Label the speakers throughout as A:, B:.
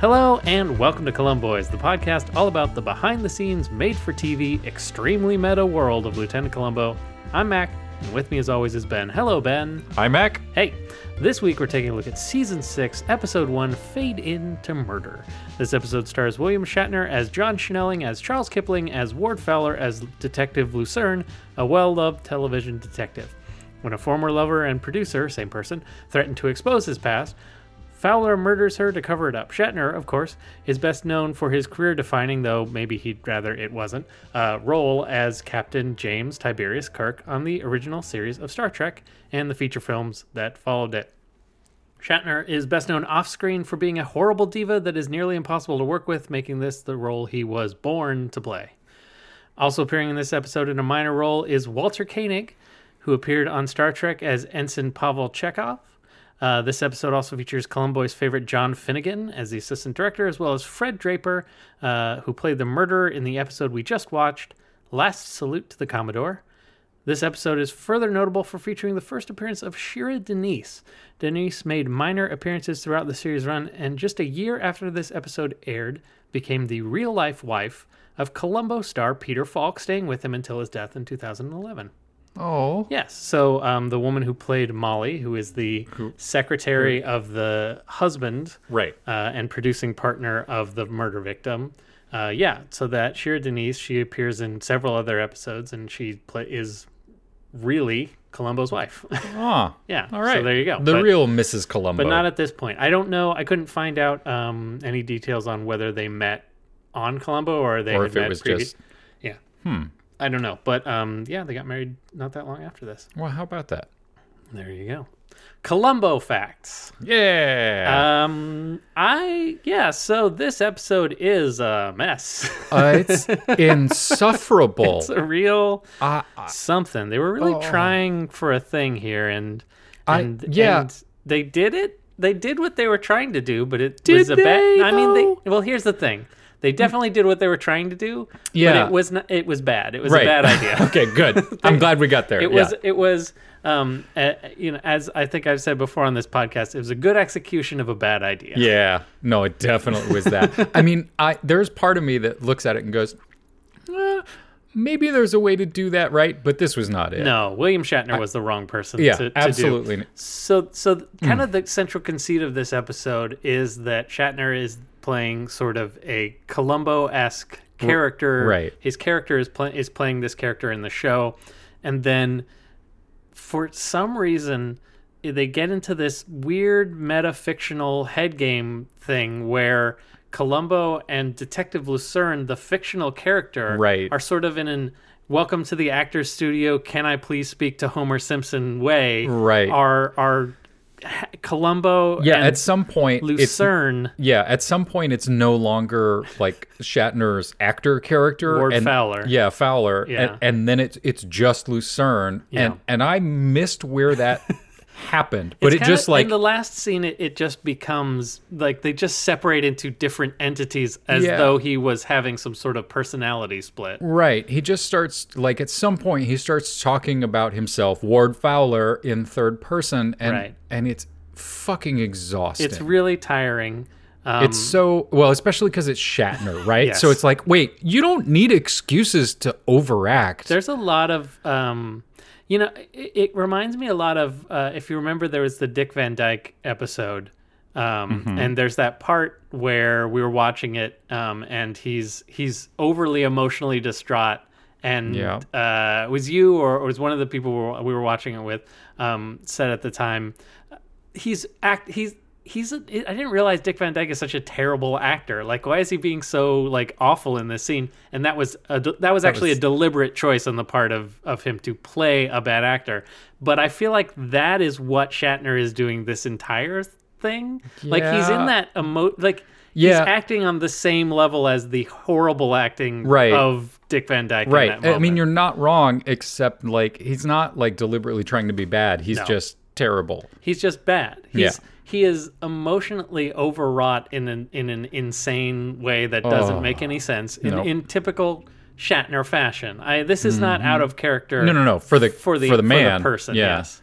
A: Hello, and welcome to Columboys, the podcast all about the behind the scenes, made for TV, extremely meta world of Lieutenant Columbo. I'm Mac, and with me as always is Ben. Hello, Ben.
B: Hi, Mac.
A: Hey, this week we're taking a look at Season 6, Episode 1 Fade Into Murder. This episode stars William Shatner as John Schnelling, as Charles Kipling, as Ward Fowler, as Detective Lucerne, a well loved television detective. When a former lover and producer, same person, threatened to expose his past, Fowler murders her to cover it up. Shatner, of course, is best known for his career defining, though maybe he'd rather it wasn't, uh, role as Captain James Tiberius Kirk on the original series of Star Trek and the feature films that followed it. Shatner is best known off screen for being a horrible diva that is nearly impossible to work with, making this the role he was born to play. Also appearing in this episode in a minor role is Walter Koenig, who appeared on Star Trek as Ensign Pavel Chekhov. Uh, this episode also features Columboy's favorite John Finnegan as the assistant director, as well as Fred Draper, uh, who played the murderer in the episode we just watched, Last Salute to the Commodore. This episode is further notable for featuring the first appearance of Shira Denise. Denise made minor appearances throughout the series run, and just a year after this episode aired, became the real life wife of Columbo star Peter Falk, staying with him until his death in 2011.
B: Oh.
A: Yes. So um, the woman who played Molly, who is the secretary of the husband
B: Right.
A: uh, and producing partner of the murder victim, uh, yeah. So that Shira Denise, she appears in several other episodes, and she pla is really Columbo's wife.
B: Ah.
A: yeah.
B: All right.
A: So there you go.
B: The
A: But-
B: real Mrs. Columbo.
A: but not at this point. I don't know. I couldn't find out um, any details on whether they met on Colombo or they
B: or
A: had
B: if it
A: met
B: was
A: previ-
B: just.
A: yeah. Hmm. I don't know, but um, yeah, they got married not that long after this.
B: Well, how about that?
A: There you go. Columbo facts.
B: Yeah.
A: Um, I yeah. So this episode is a mess.
B: Uh, it's insufferable.
A: it's a real
B: I- I-
A: something. They were really
B: Oh.
A: trying for a thing here, and
B: I-
A: and
B: yeah.
A: and they did it. They did what they were trying to do, but it
B: Did
A: was a bad.
B: they,
A: I mean,
B: though? Mm.
A: they well, here's the thing. They definitely did what they were trying to do.
B: Yeah.
A: but it was not. It was bad. It was
B: right.
A: a bad idea.
B: okay, good. I'm glad we got there.
A: It
B: Yeah.
A: was. It was. Um, uh, you know, as I think I've said before on this podcast, it was a good execution of a bad idea.
B: Yeah. No, it definitely was that. I mean, I there's part of me that looks at it and goes, "Eh, maybe there's a way to do that right, but this was not it.
A: No, William Shatner was the wrong person.
B: Yeah,
A: to, to
B: absolutely.
A: Do. So, so th-
B: Hmm.
A: kind of the central conceit of this episode is that Shatner is playing sort of a Columbo esque character.
B: right.
A: His character is playing is playing this character in the show, and then for some reason they get into this weird meta fictional head game thing where Columbo and Detective Lucerne, the fictional character,
B: Right.
A: are sort of in an welcome to the actor's studio, can I please speak to Homer Simpson way.
B: Right.
A: Are are ha- Columbo
B: Yeah,
A: and
B: at some point it's
A: Lucerne
B: Yeah, at some point it's no longer like Shatner's actor character.
A: Ward
B: and,
A: Fowler.
B: Yeah, Fowler.
A: Yeah.
B: And, and then it's it's just Lucerne.
A: Yeah.
B: And and I missed where that happened. But it
A: kinda-
B: just like
A: in the last scene it, it just becomes like they just separate into different entities as
B: Yeah.
A: though he was having some sort of personality split.
B: Right. He just starts like at some point he starts talking about himself, Ward Fowler, in third person and
A: Right.
B: and it's fucking exhausting.
A: It's really tiring. Um,
B: It's so well, especially because it's Shatner, right? So
A: Yes.
B: it's like, wait, you don't need excuses to overact.
A: there's a lot of, um, you know, it, it reminds me a lot of, uh, if you remember, there was the Dick Van Dyke episode. Um, And there's that part where we were watching it, um, and he's he's overly emotionally distraught, and
B: Yeah.
A: uh, it was you or, or it was one of the people we were, we were watching it with um, said at the time, he's act he's he's a, I didn't realize Dick Van Dyke is such a terrible actor. Like why is he being so like awful in this scene? And that was a, de- that was actually
B: was-
A: a deliberate choice on the part of of him to play a bad actor. But I feel like that is what Shatner is doing this entire thing. Like he's in
B: Yeah.
A: that emo like he's
B: Yeah.
A: acting on the same level as the horrible acting
B: Right.
A: of Dick Van Dyke. in that
B: right i mean
A: moment.
B: you're not wrong except like he's not like deliberately trying to be bad he's just terrible
A: He's just bad. He's
B: Yeah.
A: he is emotionally overwrought in an in an insane way that doesn't
B: Oh,
A: make any sense in,
B: no.
A: in typical Shatner fashion. I this is not out of character.
B: Mm-hmm. no no no for the
A: For the
B: man
A: person.
B: yeah.
A: Yes.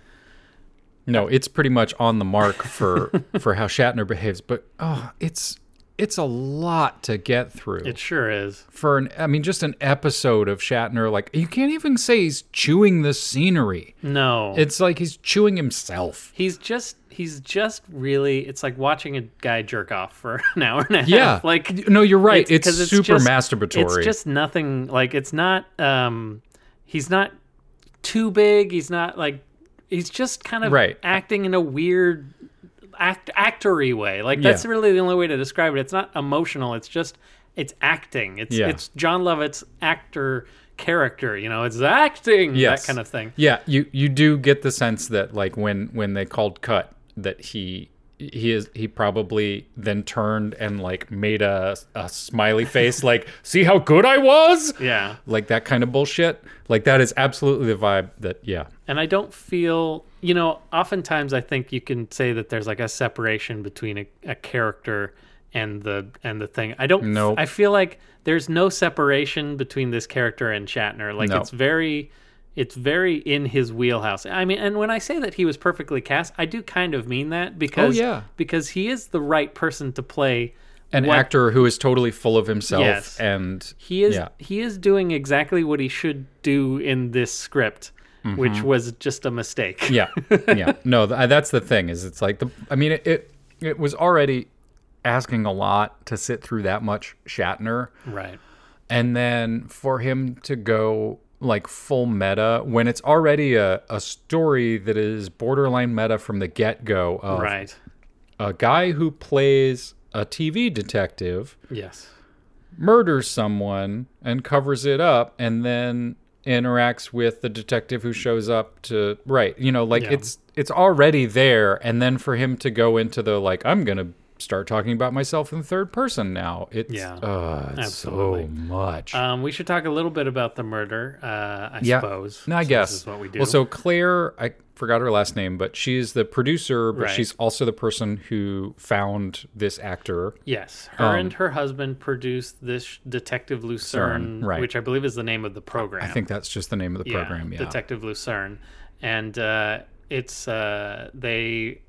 B: no it's pretty much on the mark for for how shatner behaves but oh it's it's a lot to get through.
A: It sure is.
B: for an I mean just an episode of Shatner like you can't even say he's chewing the scenery.
A: No.
B: It's like he's chewing himself.
A: he's just he's just really it's like watching a guy jerk off for an hour and a half.
B: Yeah.
A: Like
B: No, you're right. It's,
A: 'cause
B: super
A: just-
B: masturbatory.
A: It's just nothing like it's not um he's not too big, he's not like he's just kind of
B: Right.
A: acting in a weird act actory way. Like
B: Yeah.
A: that's really the only way to describe it. It's not emotional, it's just it's acting. It's
B: Yeah.
A: it's John Lovett's actor character, you know, it's acting
B: Yes.
A: that kind of thing.
B: Yeah, you you do get the sense that like when when they called cut that he he is he probably then turned and like made a a smiley face like see how good I was
A: Yeah.
B: like that kind of bullshit like that is absolutely the vibe that yeah
A: and I don't feel, you know, oftentimes I think you can say that there's like a separation between a, a character and the and the thing. I don't.
B: Nope.
A: I feel like there's no separation between this character and Shatner. Like
B: No.
A: it's very, it's very in his wheelhouse. I mean, and when I say that he was perfectly cast, I do kind of mean that because
B: Oh, yeah.
A: because he is the right person to play
B: an
A: what-
B: actor who is totally full of himself
A: Yes.
B: and
A: he is
B: Yeah.
A: he is doing exactly what he should do in this script, which was just a mistake.
B: Mm-hmm. yeah yeah no th- that's the thing is it's like the i mean it, it it was already asking a lot to sit through that much shatner
A: Right.
B: and then for him to go like full meta when it's already a, a story that is borderline meta from the get-go of
A: Right.
B: a guy who plays a tv detective
A: Yes.
B: murders someone and covers it up and then interacts with the detective who shows up to right you know like
A: Yeah.
B: it's it's already there and then for him to go into the like i'm gonna start talking about myself in third person now it's
A: Yeah.
B: uh, it's
A: Absolutely.
B: so much
A: Um, we should talk a little bit about the murder, uh, I
B: yeah
A: suppose.
B: no i
A: since
B: guess
A: This is what we do.
B: well so claire i forgot her last name but she's the producer but
A: Right.
B: she's also the person who found this actor
A: yes, her
B: um,
A: and her husband produced this sh- Detective Lucerne,
B: Lucerne, right.
A: which I believe is the name of the program.
B: i think that's just the name of the program yeah
A: Detective Lucerne, and uh, it's uh, they.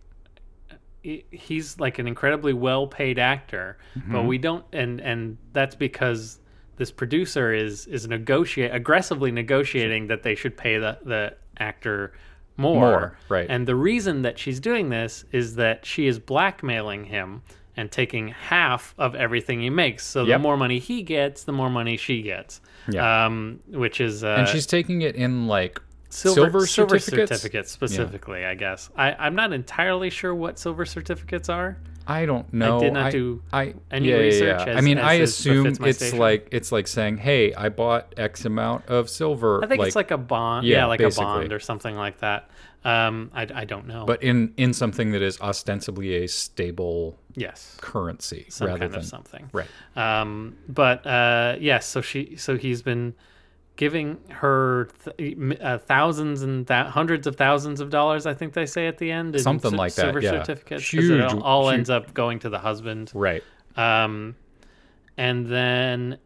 A: he- He's like an incredibly well-paid actor,
B: Mm-hmm.
A: but we don't, and and that's because this producer is is negotiate aggressively negotiating that they should pay the the actor more.
B: More, right.
A: And the reason that she's doing this is that she is blackmailing him and taking half of everything he makes. So
B: Yep.
A: the more money he gets, the more money she gets.
B: Yeah.
A: Um, which is uh,
B: and she's taking it in like
A: silver,
B: silver,
A: silver certificates,
B: certificates.
A: specifically, I guess. I, I'm not entirely sure what silver certificates are.
B: I don't know.
A: did not do
B: I,
A: any
B: yeah, yeah,
A: research
B: yeah.
A: as-
B: I mean,
A: as
B: I
A: is
B: assume
A: befits my
B: it's
A: station.
B: like it's like saying, "Hey, I bought X amount of silver."
A: I think it's like a bond, yeah,
B: yeah,
A: like
B: basically.
A: a bond or something like that. Um, I, I don't know,
B: but in in something that is ostensibly a stable
A: yes,
B: currency
A: some
B: rather
A: kind
B: than
A: of something,
B: right.
A: Um, but uh, yes, so she, so he's been giving her th- m- uh, thousands and thou- hundreds of thousands of dollars. I think they say at the end, in
B: Something
A: cer-
B: like that,
A: Silver
B: yeah.
A: certificates. 'cause it
B: Huge-
A: all, all
B: huge-
A: ends up going to the husband.
B: Right.
A: Um, and then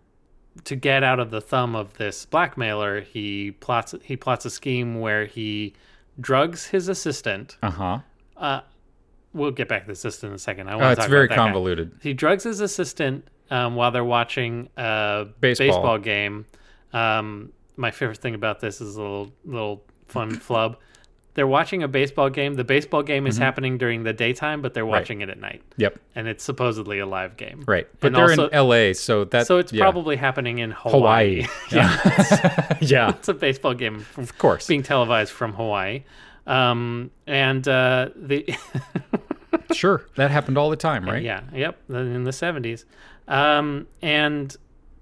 A: to get out of the thumb of this blackmailer, he plots he plots a scheme where he drugs his assistant.
B: Uh huh.
A: We'll get back to the assistant in a second. I want
B: Uh,
A: to
B: it's
A: talk
B: very
A: about that guy.
B: convoluted.
A: He drugs his assistant um, while they're watching a
B: Baseball.
A: game. Um, my favorite thing about this is a little little fun flub. They're watching a baseball game. The baseball game is
B: Mm-hmm.
A: happening during the daytime, but they're watching it at night,
B: Yep.
A: and it's supposedly a live game.
B: Right. But
A: And
B: they're
A: also-
B: in L.A., so that
A: So it's
B: yeah.
A: probably happening in Hawaii.
B: Hawaii. Yeah. yeah.
A: It's a baseball game from,
B: Of course.
A: being televised from Hawaii. Um, and uh, the
B: Sure. That happened all the time, right?
A: yeah, yep, in the 70s. Um, and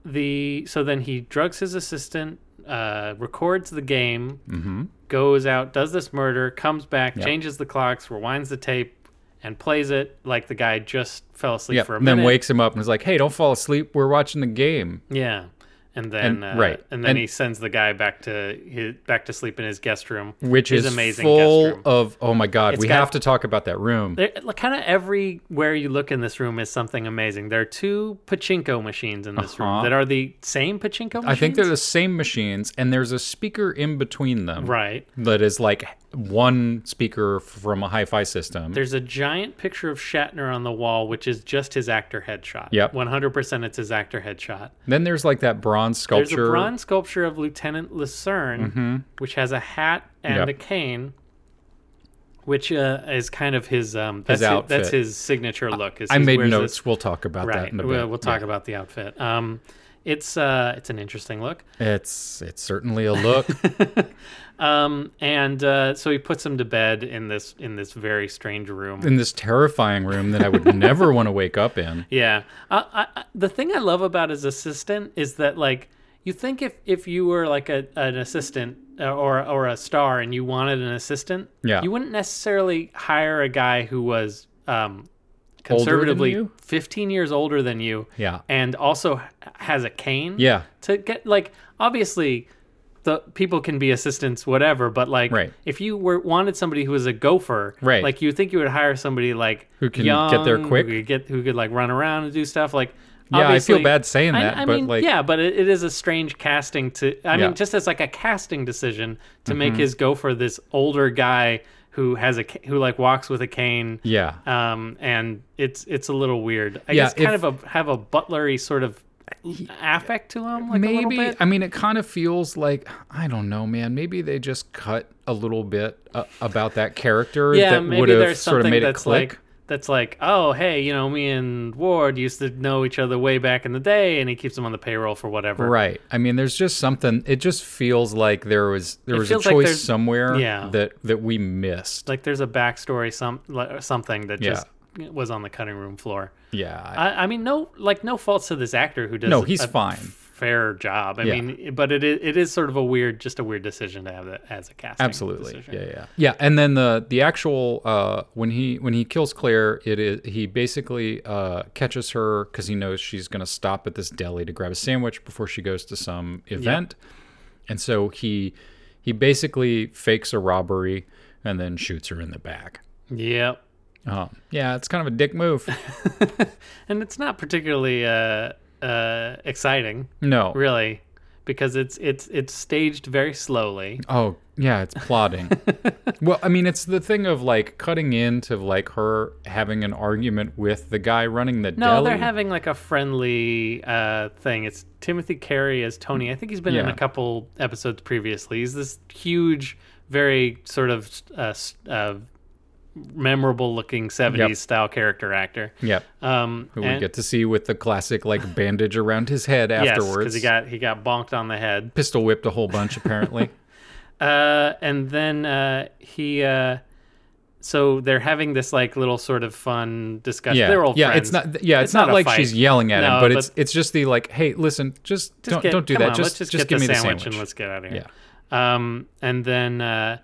A: the so then he drugs his assistant, uh, records the game,
B: Mm-hmm.
A: goes out, does this murder, comes back, changes the clocks, rewinds the tape, and plays it like the guy just fell asleep
B: Yeah.
A: for a
B: And then
A: minute.
B: wakes him up and is like, "Hey, don't fall asleep. We're watching the game."
A: Yeah, and then
B: And-
A: uh,
B: right.
A: and then
B: And-
A: he sends the guy back to his, back to sleep in his guest room,
B: which
A: his
B: is
A: amazing
B: full
A: guest room.
B: of oh my god, we
A: got-
B: have to talk about that room.
A: There, like, kind of everywhere you look in this room is something amazing. There are two pachinko machines in this room
B: Uh-huh.
A: that are the same pachinko machines.
B: I think they're the same machines, and there's a speaker in between them
A: right.
B: that is like one speaker from a hi-fi system.
A: There's a giant picture of Shatner on the wall, which is just his actor headshot.
B: Yep.
A: 100% it's his actor headshot.
B: then there's like that bronze
A: There's
B: sculpture. Mm-hmm.
A: a bronze sculpture of Lieutenant Lucerne, which has a hat and
B: Yep.
A: a cane, which uh, is kind of his um, that's
B: outfit.
A: that's his signature look. is
B: I
A: he
B: made
A: wears
B: notes.
A: this-
B: We'll talk about that
A: right.
B: in a bit.
A: We'll, we'll talk
B: Yeah.
A: about the outfit. Um, it's uh, it's an interesting look.
B: It's it's certainly a look.
A: Um, and uh, so he puts him to bed in this in this very strange room.
B: in this terrifying room that I would never want to wake up in.
A: Yeah. I, I, I- the thing I love about his assistant is that like you think if if you were like a an assistant uh, or or a star and you wanted an assistant,
B: Yeah.
A: you wouldn't necessarily hire a guy who was um
B: than
A: conservatively
B: you?
A: 15 years older than you
B: Yeah.
A: and also h- has a cane
B: Yeah.
A: to get like obviously the people can be assistants whatever but like
B: Right.
A: if you were wanted somebody who was a gopher
B: Right.
A: like you think you would hire somebody like
B: Who can get there
A: young,
B: quick.
A: who could get who could like run around and do stuff like
B: Yeah, I feel
A: obviously-
B: bad saying
A: I-
B: that,
A: I,
B: but,
A: mean,
B: like-
A: yeah but it, it is a strange casting to i
B: Yeah. Mm-hmm.
A: mean just as like a casting decision to make his gopher this older guy who has a ca- who like walks with a cane
B: Yeah.
A: um, and it's it's a little weird. I
B: Yeah,
A: guess kind
B: if-
A: of a have a butlery sort of affect to him, like a little
B: maybe
A: bit.
B: I mean it kind of feels like I don't know, man. Maybe they just cut a little bit uh, about that character
A: Yeah,
B: that would
A: maybe
B: have
A: there's something
B: sort of made it
A: that's
B: click.
A: like that's like, oh hey, you know, me and Ward used to know each other way back in the day, and he keeps him on the payroll for whatever.
B: Right. I mean, there's just something. It just feels like there was there was a
A: feels like
B: choice
A: there's-
B: somewhere
A: yeah.
B: that that we missed.
A: Like there's a backstory, some like, something that
B: Yeah.
A: just was on the cutting room floor.
B: yeah. I-
A: I, I mean, no, like no faults to this actor who does.
B: No, he's
A: a
B: fine.
A: Fair job. I
B: Yeah.
A: mean, but it is, it is sort of a weird, just a weird decision to have that as a casting.
B: Absolutely.
A: decision.
B: Yeah, yeah. Yeah, and then the the actual uh when he when he kills Claire, it is he basically uh catches her cuz he knows she's going to stop at this deli to grab a sandwich before she goes to some event. And so he he basically fakes a robbery and then shoots her in the back.
A: Yep.
B: Um, yeah, it's kind of a dick move.
A: and it's not particularly uh, uh, exciting,
B: No.
A: really, because it's it's it's staged very slowly.
B: Oh, yeah, it's plotting. well, I mean, it's the thing of like cutting into like her having an argument with the guy running the
A: No,
B: deli.
A: they're having like a friendly uh, thing. It's Timothy Carey as Tony. I think he's been in
B: Yeah.
A: a couple episodes previously. He's this huge, very sort of uh, s- uh, memorable looking 70s style character actor.
B: Yep.
A: Um,
B: who we get to see with the classic like bandage around his head afterwards.
A: because he got he got bonked on the head.
B: pistol whipped a whole bunch apparently.
A: Uh, and then uh, he, uh, so they're having this like little sort of fun discussion.
B: yeah,
A: They're old
B: yeah.
A: friends.
B: It's not. Yeah, it's,
A: It's
B: not,
A: not a
B: like
A: fight.
B: she's yelling at him,
A: No,
B: but,
A: but-
B: it's it's just the like, hey, listen, just,
A: Just
B: don't
A: get-
B: don't do
A: come
B: that.
A: on,
B: just
A: let's just, get
B: give
A: the
B: me
A: sandwich,
B: the sandwich.
A: and let's get out of here. Um, and then uh,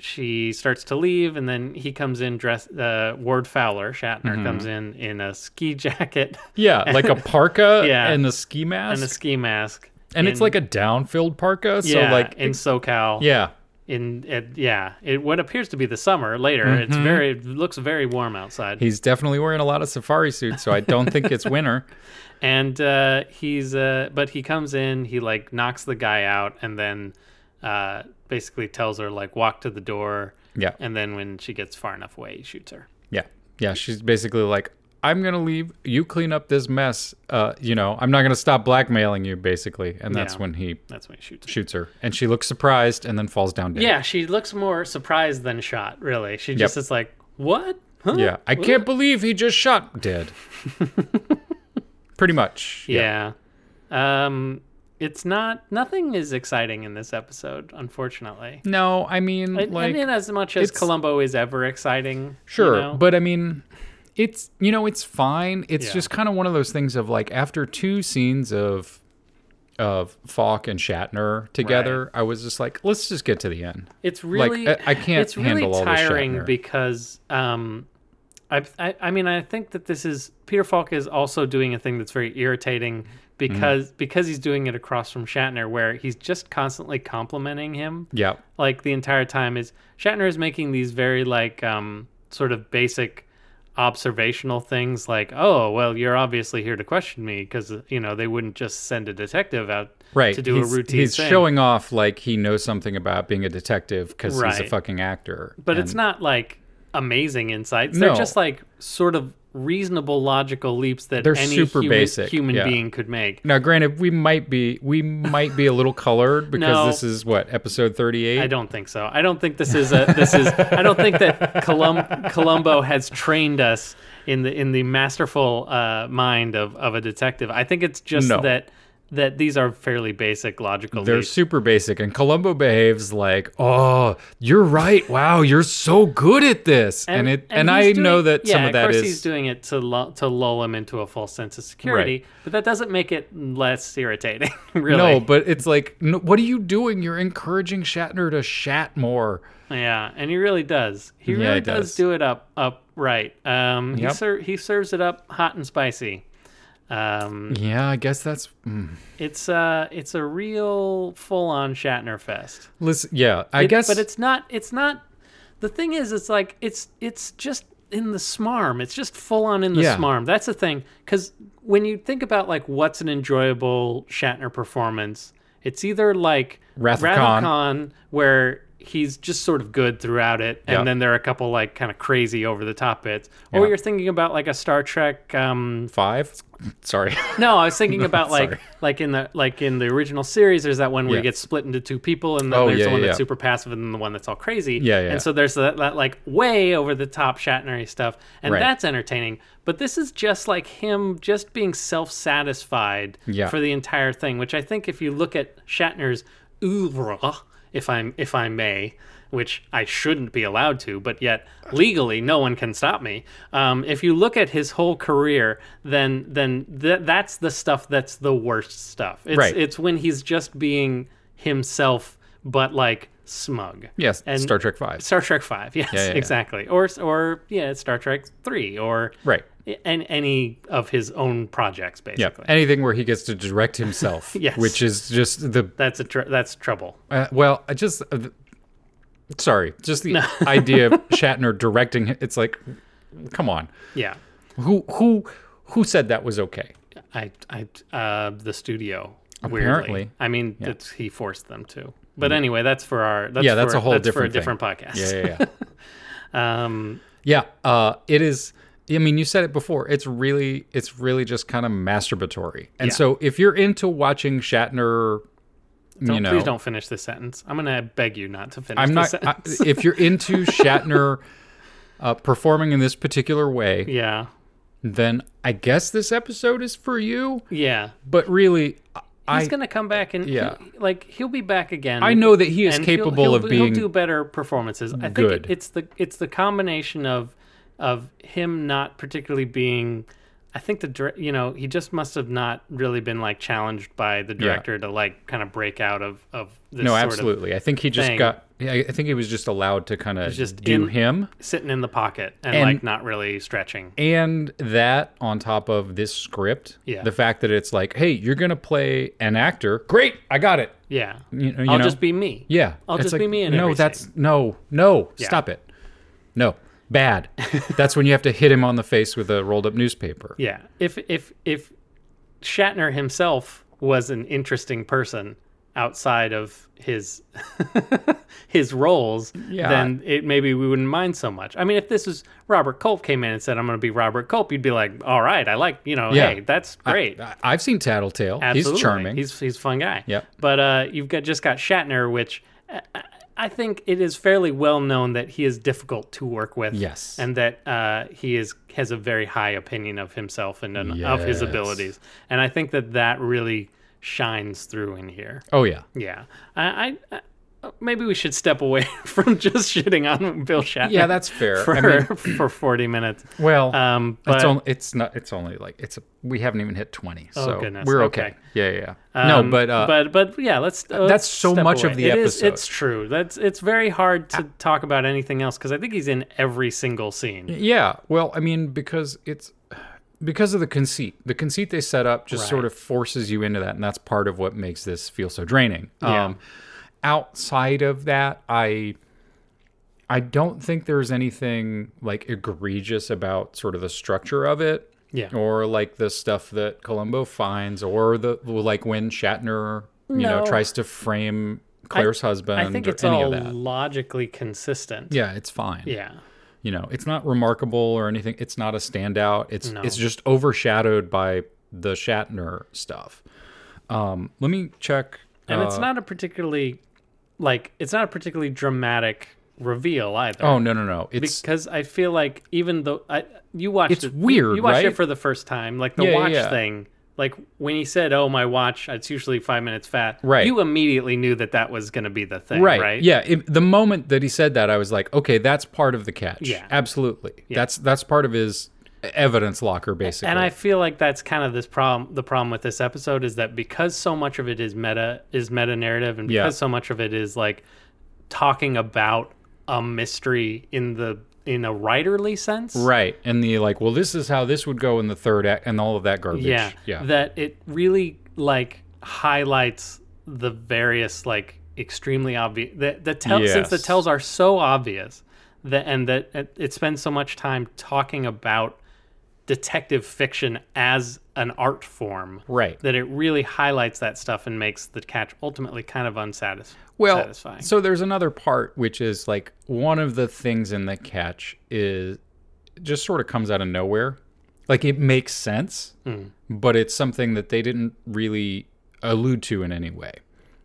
A: she starts to leave, and then he comes in dressed. Uh, Ward Fowler Shatner
B: Mm-hmm.
A: comes in in a ski jacket
B: yeah, yeah, like a parka
A: Yeah.
B: and a ski mask,
A: and
B: and,
A: a ski mask,
B: it's like a downfilled parka. So
A: yeah,
B: like,
A: in SoCal,
B: yeah,
A: in it, yeah, it, what appears to be the summer. Later, it's
B: Mm-hmm.
A: very it looks very warm outside.
B: he's definitely wearing a lot of safari suits, so I don't think it's winter.
A: and uh, he's uh, but he comes in he like knocks the guy out and then uh, basically tells her like walk to the door
B: Yeah,
A: and then when she gets far enough away he shoots her
B: yeah, yeah. She's basically like. I'm gonna leave. You clean up this mess. Uh, you know, I'm not gonna stop blackmailing you, basically. And that's
A: Yeah.
B: when he
A: that's when he shoots her.
B: shoots her, and she looks surprised and then falls down dead.
A: yeah she looks more surprised than shot really she just is like what huh?
B: Yeah. I can't believe he just shot dead. Pretty much.
A: yeah um it's not nothing is exciting in this episode unfortunately
B: No, I mean,
A: And-
B: like,
A: and in as much as
B: it's-
A: Columbo is ever exciting you
B: sure,
A: know?
B: but I mean, it's you know, it's fine. It's
A: Yeah.
B: just kind of one of those things of like after two scenes of of Falk and Shatner together, I was just like, let's just get to the end.
A: It's really
B: I- I can't
A: It's really
B: handle all this
A: tiring
B: Shatner.
A: because um, I, I I mean I think that this is Peter Falk is also doing a thing that's very irritating because
B: Mm-hmm.
A: because he's doing it across from Shatner where he's just constantly complimenting him
B: Yeah.
A: like the entire time is Shatner is making these very like um, sort of basic observational things like oh well you're obviously here to question me because you know they wouldn't just send a detective out
B: right.
A: to do
B: he's,
A: a routine
B: He's
A: thing.
B: showing off like he knows something about being a detective because he's
A: Right.
B: a fucking actor.
A: but it's
B: And-
A: not like amazing insights.
B: No.
A: They're just like sort of reasonable logical leaps that
B: They're
A: any
B: super
A: human,
B: basic,
A: human
B: yeah.
A: being could make.
B: Now, granted, we might be we might be a little colored because
A: No.
B: this is what episode thirty-eight.
A: I don't think so. I don't think this is a this is I don't think that Colum, Columbo has trained us in the in the masterful uh, mind of, of a detective. I think it's just
B: No.
A: that that these are fairly basic logical
B: They're
A: leaps.
B: super basic, and Columbo behaves like, "Oh, you're right. Wow, you're so good at this." And, it and,
A: he's
B: I
A: doing-
B: know that
A: yeah,
B: some of that
A: course
B: is
A: he's doing it to lull, to lull him into a false sense of security,
B: Right.
A: but that doesn't make it less irritating. Really,
B: no, but it's like, no, what are you doing? You're encouraging Shatner to shat more.
A: Yeah, and he really does. He
B: Yeah,
A: really
B: he
A: does.
B: does.
A: do it up up right. Um, he
B: Yep.
A: ser- he serves it up hot and spicy. Um,
B: Yeah, I guess that's mm.
A: it's uh it's a real full on Shatner fest.
B: listen. Yeah, I
A: It-
B: guess,
A: but it's not. It's not. The thing is, it's like it's it's just in the smarm. It's just full on in the
B: Yeah.
A: smarm. That's the thing. Because when you think about like what's an enjoyable Shatner performance, it's either like
B: Wrath of
A: Wrath
B: Khan.
A: of Khan, where he's just sort of good throughout it, and
B: Yeah.
A: then there are a couple like kind of crazy over the top bits, or
B: Yeah.
A: you're thinking about like a Star Trek um,
B: five. Sorry,
A: no, I was thinking about like
B: sorry.
A: like in the like in the original series, there's that one where you
B: Yeah.
A: get split into two people, and then
B: Oh,
A: there's
B: yeah,
A: the one
B: yeah,
A: that's
B: yeah.
A: super passive, and then the one that's all crazy.
B: Yeah, yeah, yeah.
A: And so there's that, that like way over the top Shatnery stuff, and
B: Right.
A: that's entertaining. But this is just like him just being self satisfied
B: Yeah.
A: for the entire thing, which I think if you look at Shatner's oeuvre, if I'm if I may. Which I shouldn't be allowed to, but yet legally no one can stop me. Um, if you look at his whole career, then then th- that's the stuff that's the worst stuff. It's
B: Right.
A: it's when he's just being himself, but like smug.
B: yes,
A: And-
B: Star Trek five.
A: Star Trek Five, yes,
B: yeah, yeah.
A: exactly. Or or yeah, Star Trek Three, or
B: Right.
A: and any of his own projects,
B: Yeah,
A: basically.
B: anything where he gets to direct himself,
A: Yes.
B: which is just the
A: That's a tr- that's trouble.
B: Uh, well, I just uh, th- sorry, just the idea of Shatner directing. It's like, come on,
A: Yeah,
B: who who who said that was okay?
A: I I uh, the studio. Weirdly.
B: Apparently. Mm-hmm.
A: I mean, it's, he forced them to. But anyway, that's for our that's
B: Yeah, that's
A: for,
B: a whole
A: that's
B: different
A: for
B: thing.
A: a different podcast.
B: Yeah, yeah, yeah.
A: Um,
B: yeah uh, it is. I mean, you said it before. It's really, it's really just kind of masturbatory. And
A: Yeah.
B: so, if you're into watching Shatner,
A: Don't,
B: you know,
A: please don't finish this sentence. I'm gonna beg you not to finish.
B: I'm
A: this
B: not. I,
A: Sentence.
B: if you're into Shatner uh, performing in this particular way,
A: yeah,
B: then I guess this episode is for you.
A: yeah.
B: But really, I
A: He's gonna come back and
B: yeah.
A: he- like he'll be back again.
B: I know that he is
A: and he'll-
B: capable
A: he'll-
B: of being.
A: He'll do better performances. I think
B: good.
A: it's the it's the combination of of him not particularly being. I think the dir- you know he just must have not really been like challenged by the director to like kind of break out of of this
B: no,
A: sort
B: absolutely. I think he just
A: thing.
B: got. yeah, I think he was just allowed to kind of
A: just
B: just do
A: in-
B: him,
A: of sitting in the pocket and,
B: And-
A: like not really stretching.
B: and that on top of this script,
A: Yeah.
B: the fact that it's like, hey, you're gonna play an actor. Great, I got it.
A: Yeah,
B: You, know- you
A: I'll
B: know?
A: just be me.
B: Yeah,
A: I'll
B: It's
A: Oh, just
B: like,
A: be me in
B: No,
A: everything.
B: that's no, no. Stop it. No, bad. that's when you have to hit him on the face with a rolled up newspaper.
A: Yeah. If if if Shatner himself was an interesting person outside of his his roles,
B: Yeah.
A: then it maybe we wouldn't mind so much. I mean, if this was Robert Culp came in and said, "I'm going to be Robert Culp," you'd be like, "All right, I like you know,
B: Yeah.
A: hey, that's great."
B: I, I've seen Tattletale.
A: Absolutely.
B: He's charming.
A: He's he's a fun guy.
B: Yep.
A: But uh, you've got just got Shatner, which uh, I- I think it is fairly well known that he is difficult to work with.
B: Yes.
A: And that uh, he is has a very high opinion of himself and, and of his
B: Yes.
A: abilities. And I think that that really shines through in here.
B: oh yeah.
A: Yeah. I. I, I Maybe we should step away from just shitting on Bill Shatner.
B: Yeah, that's fair.
A: For
B: I mean-
A: for forty minutes.
B: Well,
A: Um, but Oh,
B: it's only it's not it's only like it's we haven't even hit 20 so
A: goodness,
B: we're
A: okay.
B: okay, yeah yeah, yeah.
A: Um,
B: no but uh
A: but but yeah, let's. uh,
B: that's
A: let's
B: so
A: step
B: much of
A: away.
B: the
A: It is-
B: episode. Ah.
A: it's true. That's it's very hard to talk about anything else because I think he's in every single scene.
B: yeah well i mean because it's because of the conceit the conceit they set up just sort of forces you into that and that's part of what makes this feel so draining
A: Yeah.
B: um outside of that i i don't think there's anything like egregious about sort of the structure of it
A: Yeah.
B: or like the stuff that columbo finds or the like when shatner you know
A: No.
B: tries to frame Claire's husband
A: I think
B: or
A: it's
B: any
A: all
B: of that.
A: logically consistent.
B: Yeah, it's fine.
A: Yeah.
B: You know, it's not remarkable or anything. It's not a standout. It's
A: No.
B: it's just overshadowed by the Shatner stuff. Um, let me check.
A: And
B: uh,
A: it's not a particularly like it's not a particularly dramatic reveal either.
B: Oh no no no! It's
A: because I feel like even though I you watched
B: It's
A: it, you-
B: weird,
A: you watched it
B: right?
A: for the first time, like the
B: Yeah, yeah,
A: watch
B: yeah.
A: thing. Like when he said, "Oh, my watch," it's usually five minutes fat.
B: Right.
A: You immediately knew that that was going to be the thing.
B: right,
A: Right.
B: Yeah, it- the moment that he said that, I was like, okay, that's part of the catch.
A: Yeah.
B: absolutely. That's that's part of his evidence locker, basically.
A: And I feel like that's kind of this problem. The problem with this episode is that because so much of it is meta, is meta narrative, and
B: Yeah.
A: because so much of it is like talking about a mystery in the in a writerly sense,
B: right, and the like. Well, this is how this would go in the third act, and all of that garbage.
A: yeah,
B: yeah.
A: that it really like highlights the various like extremely obvious the the tell since the
B: Yes.
A: tells are so obvious that and that it, it spends so much time talking about detective fiction as an art form
B: right.
A: that it really highlights that stuff and makes the catch ultimately kind of unsatisfying
B: well,
A: satisfying.
B: So there's another part which is like one of the things in the catch is just sort of comes out of nowhere. Like it makes sense,
A: Hmm.
B: but it's something that they didn't really allude to in any way,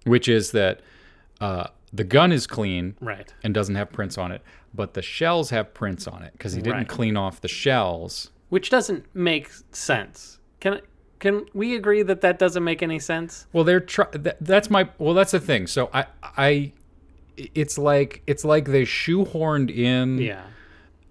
B: which is that uh, the gun is clean
A: right
B: and doesn't have prints on it, but the shells have prints on it because he didn't
A: Right.
B: clean off the shells.
A: which doesn't make sense can can we agree that that doesn't make any sense
B: Well, they're try- th- that's my well, that's the thing. So I I it's like it's like they shoehorned in
A: yeah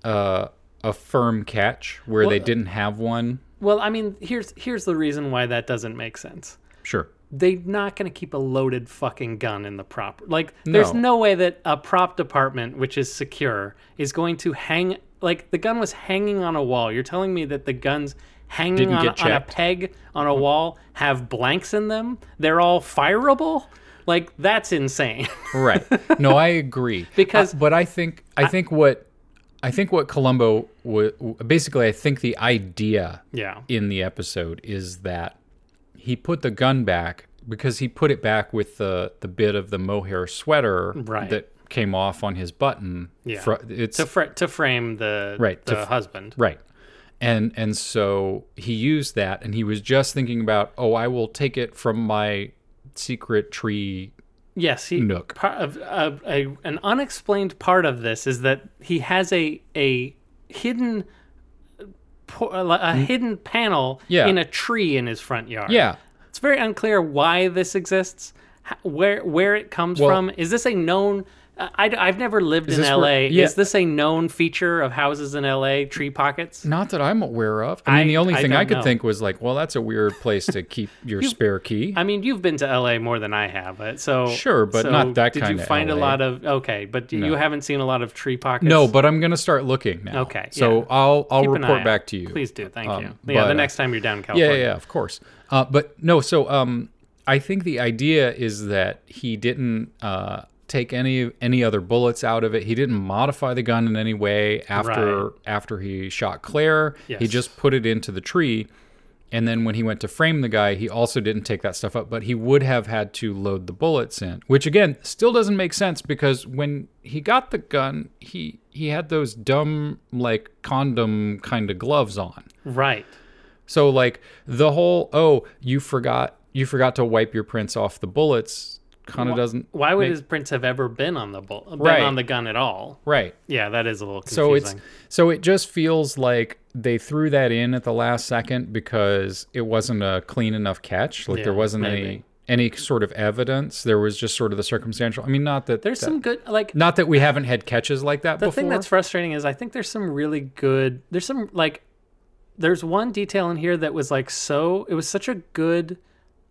B: uh, a firm catch where
A: uh,
B: they didn't have one.
A: Well, I mean, here's here's the reason why that doesn't make sense.
B: Sure.
A: They're not going to keep a loaded fucking gun in the prop. Like, there's
B: No.
A: no way that a prop department, which is secure, is going to hang. Like, the gun was hanging on a wall. You're telling me that the guns hanging
B: Didn't
A: on,
B: get
A: on a
B: checked. Mm-hmm.
A: peg on a wall have blanks in them? They're all fireable? Like, that's insane.
B: Right. No, I agree.
A: Because-
B: Uh, but I think I think what I think what Columbo wa- w- basically I think the idea
A: yeah.
B: in the episode is that he put the gun back because he put it back with the the bit of the mohair sweater
A: Right.
B: that came off on his button.
A: Yeah.
B: Fro- it's
A: To, fr- to frame the,
B: Right, to
A: the
B: f-
A: husband.
B: Right. And and so he used that and he was just thinking about, oh, I will take it from my secret tree.
A: Yes, he,
B: Nook.
A: Part of, of a, an unexplained part of this is that he has a a hidden po- a hidden panel
B: Mm. Yeah.
A: in a tree in his front yard.
B: Yeah.
A: it's very unclear why this exists, h- where where it comes
B: Well-
A: from. Is this a known? uh, I, have never lived in
B: this where-
A: LA.
B: yeah.
A: Is this a known feature of houses in LA? Tree pockets.
B: Not that I'm aware of. I mean,
A: I-
B: the only
A: I
B: thing I
A: don't
B: could
A: know.
B: think was like, well, that's a weird place to keep your spare key.
A: I mean, you've been to LA more than I have, uh, so
B: Sure, but
A: so
B: not that
A: Did
B: kind
A: you
B: of
A: find a
B: LA.
A: lot of okay? But you haven't seen a lot of tree pockets.
B: no, but I'm gonna start looking now.
A: Okay,
B: So
A: yeah.
B: I'll I'll
A: Keep an eye
B: report
A: out.
B: back to you.
A: Please do. Thank you.
B: Um,
A: yeah,
B: but,
A: the
B: uh,
A: next time you're down in
B: Yeah,
A: California.
B: yeah, yeah, of course. Uh, but no, so um, I think the idea is that he didn't uh, take any any other bullets out of it. He didn't modify the gun in any way after
A: Right.
B: after he shot Claire. He
A: Yes.
B: just put it into the tree. And then when he went to frame the guy, he also didn't take that stuff up, but he would have had to load the bullets in, which again still doesn't make sense because when he got the gun, he he had those dumb like condom kind of gloves on.
A: Right.
B: So like the whole oh you forgot you forgot to wipe your prints off the bullets kind of doesn't
A: Why would
B: make-
A: his prints have ever been on the bull, been
B: Right.
A: on the gun at all?
B: right.
A: Yeah, that is a little confusing.
B: So it's so it just feels like they threw that in at the last second because it wasn't a clean enough catch. Like
A: Yeah,
B: there wasn't
A: maybe.
B: any any sort of evidence. There was just sort of the circumstantial. I mean, not that
A: there's
B: that-
A: some good like
B: not that we haven't had catches like that
A: the
B: before.
A: thing that's frustrating is I think there's some really good there's some like there's one detail in here that was like so it was such a good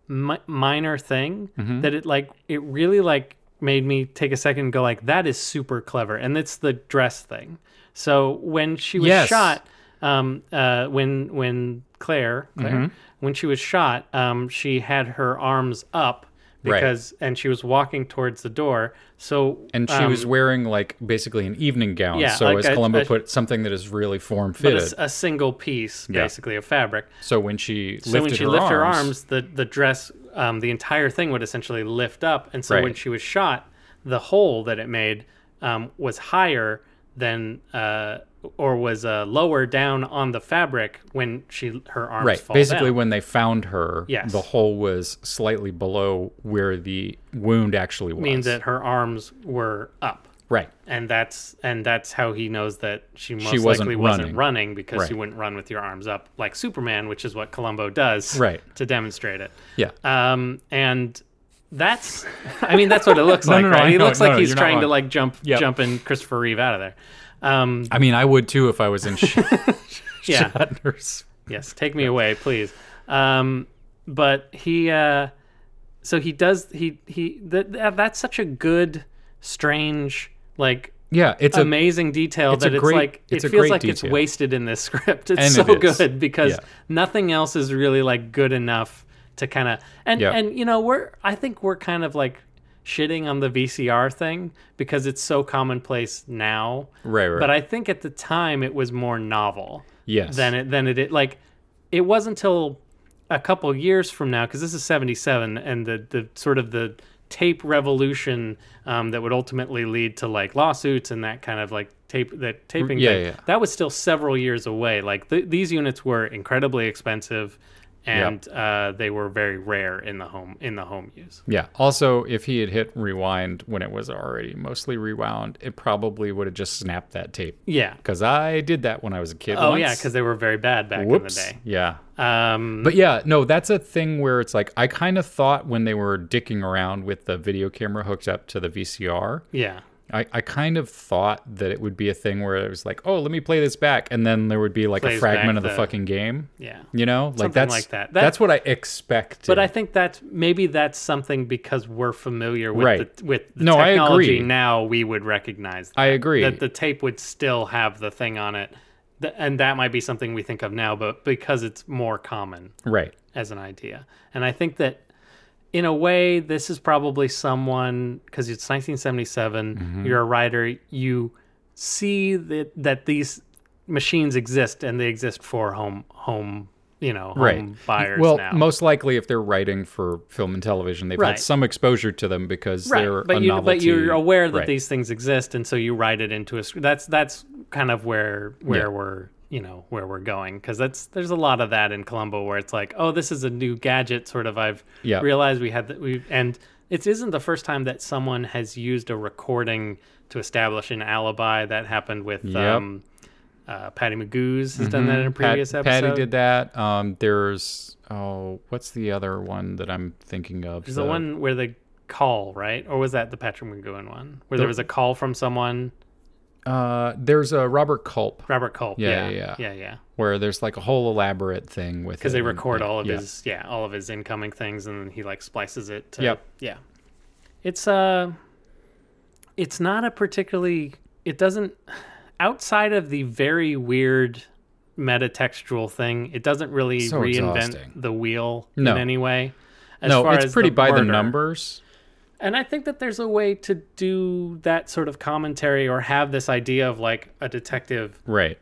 A: mi- minor thing
B: Mm-hmm.
A: that it like it really like made me take a second and go like that is super clever and it's the dress thing. So when she was
B: Yes.
A: shot um uh when when Claire Claire
B: Mm-hmm.
A: when she was shot um she had her arms up
B: Right.
A: because and she was walking towards the door so
B: and she was wearing like basically an evening gown.
A: um, yeah,
B: so
A: like
B: as
A: a-
B: Columbo
A: a-
B: put something that is really form
A: but a
B: fitted.
A: s- a, single piece basically of fabric.
B: So when she lifted
A: So when she
B: her
A: lifted
B: arms,
A: her arms, the the dress um, the entire thing would essentially lift up. And so when
B: Right.
A: she was shot, the hole that it made um, was higher than, uh, or was uh, lower down on the fabric when she her arms
B: Right.
A: fall
B: Basically,
A: down.
B: when they found her,
A: Yes.
B: the hole was slightly below where the wound actually was.
A: means that her arms were up.
B: Right.
A: and that's and that's how he knows that she most
B: wasn't
A: likely wasn't
B: running.
A: running because
B: Right.
A: you wouldn't run with your arms up like Superman, which is what Columbo does
B: Right.
A: to demonstrate it.
B: Yeah.
A: Um, and that's, I mean, that's what it looks like.
B: no,
A: right?
B: I
A: he
B: know,
A: looks
B: no,
A: like he's
B: you're not
A: trying to
B: wrong.
A: like jump,
B: Yep.
A: jump, and Christopher Reeve out of there. Um,
B: I mean, I would too if I was in Sh-
A: yeah.
B: Shatner's.
A: Yes, take me away, please. Um, but he, uh, so he does. He he. That that's such a good, strange, like
B: Yeah, it's a
A: amazing detail
B: a
A: that it's
B: great-
A: like
B: it's
A: it
B: a
A: feels
B: great
A: like it's
B: detail.
A: wasted in this script. It's
B: And
A: so
B: it is.
A: good because
B: Yeah.
A: nothing else is really like good enough to kind of and
B: Yeah.
A: and you know we're I think we're kind of like shitting on the VCR thing because it's so commonplace now.
B: Right, right.
A: But I think at the time it was more novel.
B: Yes.
A: Than it than it like it wasn't until a couple years from now because this is 77 and the the sort of the tape revolution um, that would ultimately lead to like lawsuits and that kind of like tape that taping
B: yeah,
A: thing,
B: yeah.
A: that was still several years away like th- these units were incredibly expensive and uh, they were very rare in the home in the home use
B: yeah. Also, if he had hit rewind when it was already mostly rewound, it probably would have just snapped that tape.
A: yeah
B: Because I did that when I was a kid.
A: oh
B: once.
A: yeah because they were very bad back
B: whoops.
A: in
B: Yeah.
A: the day um,
B: But yeah, no, that's a thing where it's like I kind of thought when they were dicking around with the video camera hooked up to the VCR,
A: yeah
B: I, I kind of thought that it would be a thing where it was like, oh, let me play this back, and then there would be like
A: Plays
B: a fragment
A: back
B: of the,
A: the-
B: fucking game.
A: yeah
B: You know, like
A: Something
B: that's
A: like that. That-
B: That's what I expected.
A: But I think that's maybe that's something because we're familiar with
B: Right.
A: the, with the
B: No, I
A: technology
B: agree.
A: now. We would recognize that,
B: I agree.
A: that the tape would still have the thing on it, Th- and that might be something we think of now, but because it's more common
B: right.
A: as an idea. And I think that in a way, this is probably someone because it's 1977.
B: Mm-hmm.
A: You're a writer. You see that that these machines exist and they exist for home home you know home
B: Right.
A: buyers
B: Well,
A: now.
B: most likely if they're writing for film and television, they've
A: Right.
B: had some exposure to them because they're
A: but
B: a
A: you,
B: novelty.
A: But you're aware that
B: Right.
A: these things exist, and so you write it into a. sc- That's that's kind of where where
B: Yeah.
A: we're you know where we're going because that's there's a lot of that in Colombo where it's like oh this is a new gadget sort of I've
B: Yeah.
A: realized we had that we and it isn't the first time that someone has used a recording to establish an alibi that happened with um, uh, Patty McGoose has done that in a
B: Mm-hmm. Pat-
A: previous episode.
B: Patty did that. Um, there's oh, what's the other one that I'm thinking of?
A: There's the one where the call right or was that the Patrick McGowan one where there was a call from someone
B: Uh, there's a Robert Culp
A: Robert Culp. yeah,
B: Yeah, yeah,
A: yeah,
B: yeah.
A: yeah.
B: where there's like a whole elaborate thing with
A: Because
B: it
A: they
B: and-
A: record all of
B: yeah.
A: his, yeah, all of his incoming things, and then he like splices it. To,
B: Yep.
A: Yeah. It's uh, it's not a particularly. It doesn't outside of the very weird metatextual thing. It doesn't really
B: So
A: reinvent
B: exhausting.
A: the wheel
B: No.
A: in any way. As
B: no,
A: far
B: it's
A: as
B: pretty by
A: murder.
B: the numbers.
A: And I think that there's a way to do that sort of commentary or have this idea of like a detective
B: Right.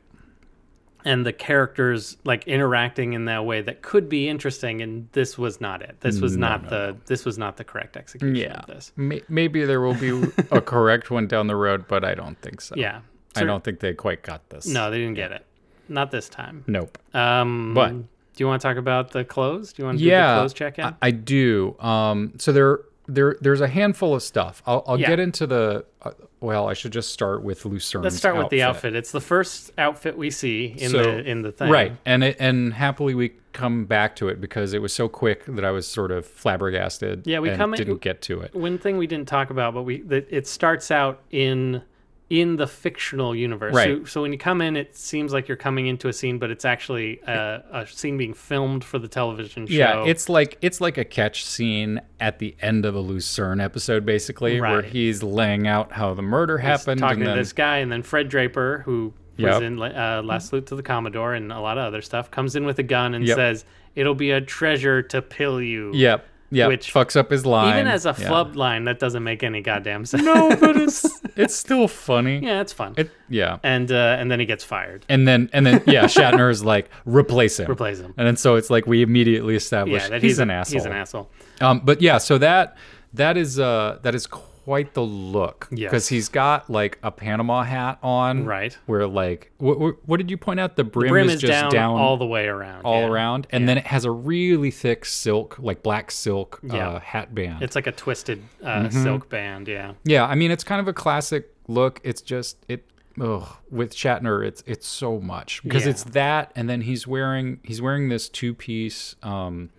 A: and the characters like interacting in that way that could be interesting and this was not it this was not the this was not the correct execution
B: Yeah.
A: of this
B: May- Maybe there will be a correct one down the road, but I don't think so.
A: yeah
B: I don't think they quite got this.
A: no they didn't get it not this time
B: Nope.
A: um
B: But-
A: do you want to talk about the clothes do you want to do
B: yeah,
A: the clothes check in
B: I, I do. Um, so there, there, there's a handful of stuff. I'll, I'll
A: Yeah.
B: get into the. Uh, well, I should just start with Lucerne's.
A: let's start with the outfit it's the first outfit we see in
B: So-
A: the in the thing
B: Right, and it, and happily we come back to it because it was so quick that I was sort of flabbergasted.
A: Yeah, we
B: and
A: come in-
B: didn't get to it.
A: one thing we didn't talk about but we that it starts out in in the fictional universe so,
B: Right.
A: so when you come in it seems like you're coming into a scene but it's actually a, a scene being filmed for the television show
B: Yeah, it's like it's like a catch scene at the end of a Lucerne episode, basically, where
A: Right.
B: he's laying out how the murder happened.
A: talking
B: and
A: to
B: then,
A: this guy and then fred draper who was
B: Yep.
A: in uh, last salute to the commodore and a lot of other stuff comes in with a gun and
B: Yep.
A: says it'll be a treasure to pill you
B: Yep. yeah,
A: which
B: fucks up his line.
A: even as a
B: Yeah.
A: flubbed line, that doesn't make any goddamn sense.
B: No, but it's it's still funny.
A: yeah, it's fun.
B: It yeah.
A: and uh, and then he gets fired.
B: And then and then yeah, Shatner is like replace him.
A: Replace him.
B: And then so it's like we immediately establish
A: Yeah, that
B: he's,
A: he's,
B: an
A: a-
B: asshole.
A: He's an asshole.
B: Um, but yeah, so that that is uh that is quite the look
A: Yes.
B: because he's got like a Panama hat on,
A: Right.
B: Where like what, what did you point out? The brim,
A: Brim
B: is,
A: is
B: just
A: down,
B: down,
A: all the way around.
B: all
A: yeah.
B: around, and then it has a really thick silk, like black silk
A: Yeah.
B: uh, hat band.
A: It's like a twisted uh,
B: Mm-hmm.
A: silk band. Yeah.
B: yeah, I mean it's kind of a classic look. It's just it. Ugh, with Shatner, it's it's so much because
A: Yeah.
B: it's that, and then he's wearing he's wearing this two piece. Um,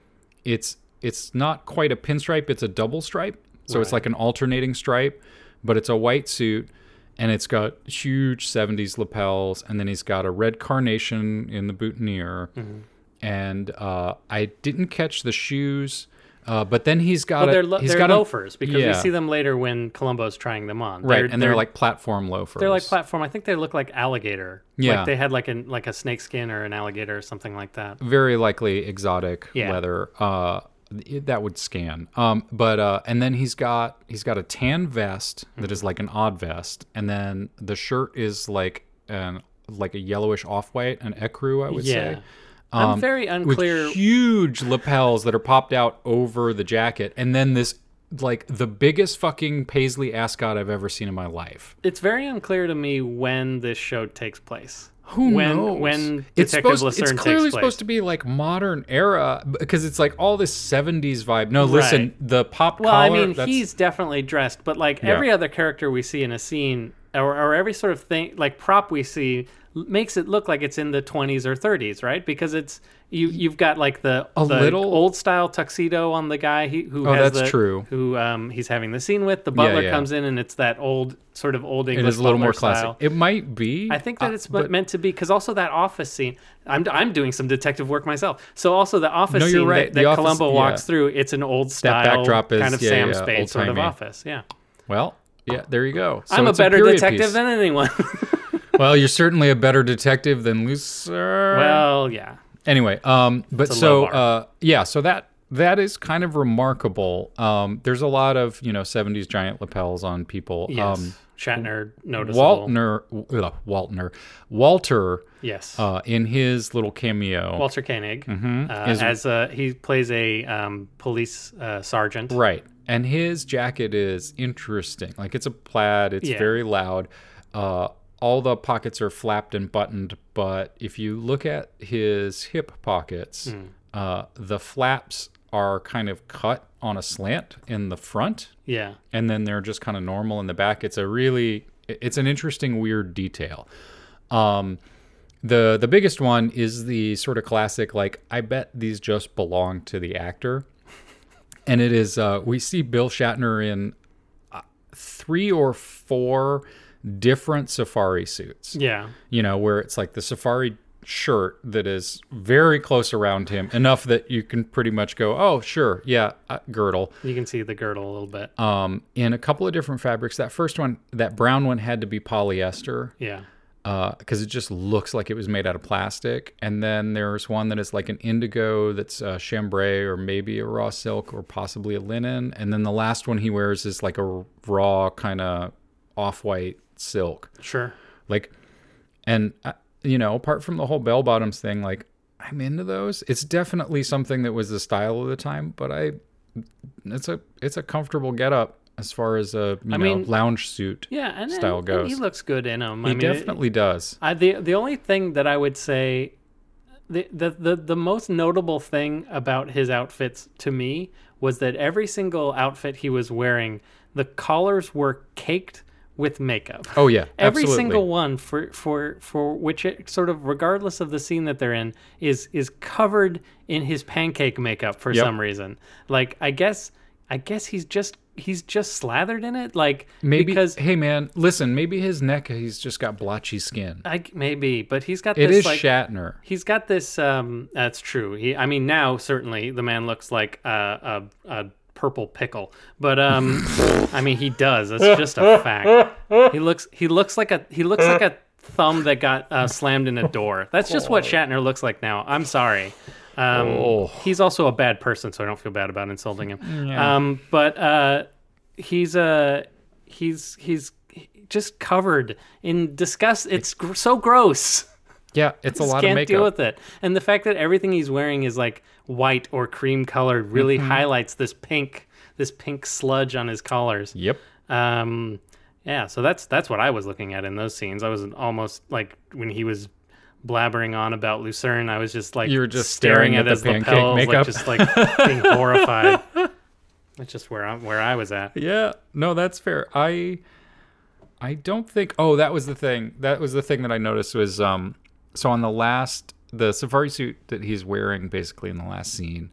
B: it's it's not quite a pinstripe; it's a double stripe, so it's
A: Right.
B: like an alternating stripe, but it's a white suit, and it's got huge '70s lapels, and then he's got a red carnation in the boutonniere,
A: Mm-hmm.
B: and uh, I didn't catch the shoes, uh, but then he's got
A: But
B: a,
A: they're lo-
B: he's
A: they're
B: got a-
A: loafers because
B: yeah.
A: we see them later when Columbo's trying them on.
B: right, and they're, like platform loafers.
A: they're like platform. I think they look like alligator.
B: Yeah.
A: Like they had like an like a snake skin or an alligator or something like that.
B: very likely exotic
A: Yeah.
B: leather. Uh, it- that would scan. Um, but uh, and then he's got he's got a tan vest that
A: Mm-hmm.
B: is like an odd vest, and then the shirt is like an like a yellowish off white, an ecru, I would
A: Yeah.
B: say. Um,
A: I'm very
B: With
A: unclear.
B: huge lapels that are popped out over the jacket, and then this like the biggest fucking paisley ascot I've ever seen in my life.
A: It's very unclear to me when this show takes place.
B: Who
A: when,
B: knows?
A: When
B: it's
A: Detective
B: supposed,
A: Lucerne
B: it's clearly
A: takes place.
B: supposed to be like modern era because it's like all this '70s vibe. No, listen, the pop
A: Well,
B: collar.
A: I mean,
B: that's-
A: he's definitely dressed, but like every other character we see in a scene, or, or every sort of thing, like prop we see, l- makes it look like it's in the 20s or 30s, right? Because it's you. You've got like the,
B: A
A: the
B: little-
A: old style tuxedo on the guy he, who
B: Oh,
A: has
B: that's
A: the,
B: true.
A: Who um, he's having the scene with. The butler
B: yeah.
A: comes in, and it's that old sort of old
B: It
A: English.
B: is a little
A: butler
B: more classic.
A: style.
B: It might be. uh,
A: I think that it's
B: but-
A: meant to be because also that office scene. I'm, I'm doing some detective work myself. So also the office
B: No, you're
A: scene
B: right.
A: that,
B: The
A: that
B: office-
A: Columbo walks
B: yeah.
A: through. It's an old style
B: backdrop is-
A: kind of
B: yeah,
A: Sam
B: yeah,
A: Spade sort of
B: old-timey.
A: office. Yeah,
B: Well, yeah, there you go. So
A: I'm a
B: it's a
A: better
B: period
A: detective
B: piece.
A: than anyone.
B: well, you're certainly a better detective than Lucerne.
A: well, yeah,
B: anyway um but
A: a
B: so
A: low bar.
B: uh yeah so that that is kind of remarkable um there's a lot of you know 70s giant lapels on people
A: yes.
B: um
A: Shatner noticeable.
B: Waltner, ugh, Waltner, Walter,
A: yes.
B: uh, in his little cameo,
A: Walter Koenig, uh,
B: Is-
A: as a, he plays a um, police uh, sergeant.
B: right? And his jacket is interesting. Like it's a plaid. It's
A: Yeah.
B: very loud. Uh, all the pockets are flapped and buttoned, but if you look at his hip pockets, uh, the flaps are kind of cut on a slant in the front,
A: Yeah,
B: and then they're just kind of normal in the back. It's a really it's an interesting weird detail. Um the the biggest one is the sort of classic like I bet these just belong to the actor. And it is uh we see Bill Shatner in uh, three or four different safari suits
A: yeah.
B: you know, where it's like the safari shirt that is very close around him, enough that you can pretty much go, oh, sure, yeah, uh, girdle.
A: You can see the girdle a little bit.
B: Um, in a couple of different fabrics. That first one, that brown one, had to be polyester
A: yeah,
B: because it just looks like it was made out of plastic. And then there's one that is like an indigo that's uh, chambray or maybe a raw silk or possibly a linen. And then the last one he wears is like a raw kind of off white silk
A: sure.
B: like and uh, you know apart from the whole bell bottoms thing like i'm into those it's definitely something that was the style of the time but i it's a it's a comfortable getup as far as a you know
A: mean-
B: lounge suit
A: Yeah, and, and-
B: Style
A: and he
B: goes.
A: looks good in them. I
B: he
A: mean, it-
B: definitely does
A: I, the the only thing that I would say, the, the the the most notable thing about his outfits to me was that every single outfit he was wearing, the collars were caked with makeup.
B: oh yeah
A: Every
B: absolutely.
A: single one for for for which it sort of regardless of the scene that they're in is is covered in his pancake makeup for
B: Yep.
A: some reason. Like I guess I guess he's just he's just slathered in it like
B: maybe
A: because
B: hey man listen maybe his neck he's just got blotchy skin
A: I maybe but he's got
B: it
A: this
B: is
A: Uh, like
B: shatner
A: He's got this. Um, that's true. He, I mean, now certainly the man looks like uh, a, a purple pickle, but um, I mean, he does. That's just a fact. He looks. He looks like a. He looks like a thumb that got uh, slammed in a door. That's just what Shatner looks like now. I'm sorry. Um,
B: Oh.
A: He's also a bad person, so I don't feel bad about insulting him. Um, but uh, he's uh, he's he's just covered in disgust. It's gr- so gross.
B: Yeah, it's a
A: Just
B: lot
A: can't
B: of
A: deal
B: makeup.
A: with it. And the fact that everything he's wearing is like white or cream colored really
B: Mm-hmm.
A: highlights this pink this pink sludge on his collars.
B: Yep.
A: Um, yeah, so that's that's what I was looking at in those scenes. I was almost like when he was blabbering on about Lucerne, I was just like
B: You were just staring at
A: his
B: the pancake
A: lapels,
B: makeup.
A: like just like being horrified. That's just where I where I was at.
B: Yeah, no, that's fair. I I don't think oh, that was the thing. That was the thing that I noticed was um so on the last the safari suit that he's wearing basically in the last scene,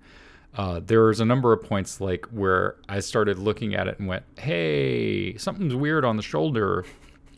B: uh there was a number of points like where I started looking at it and went, "Hey, something's weird on the shoulder."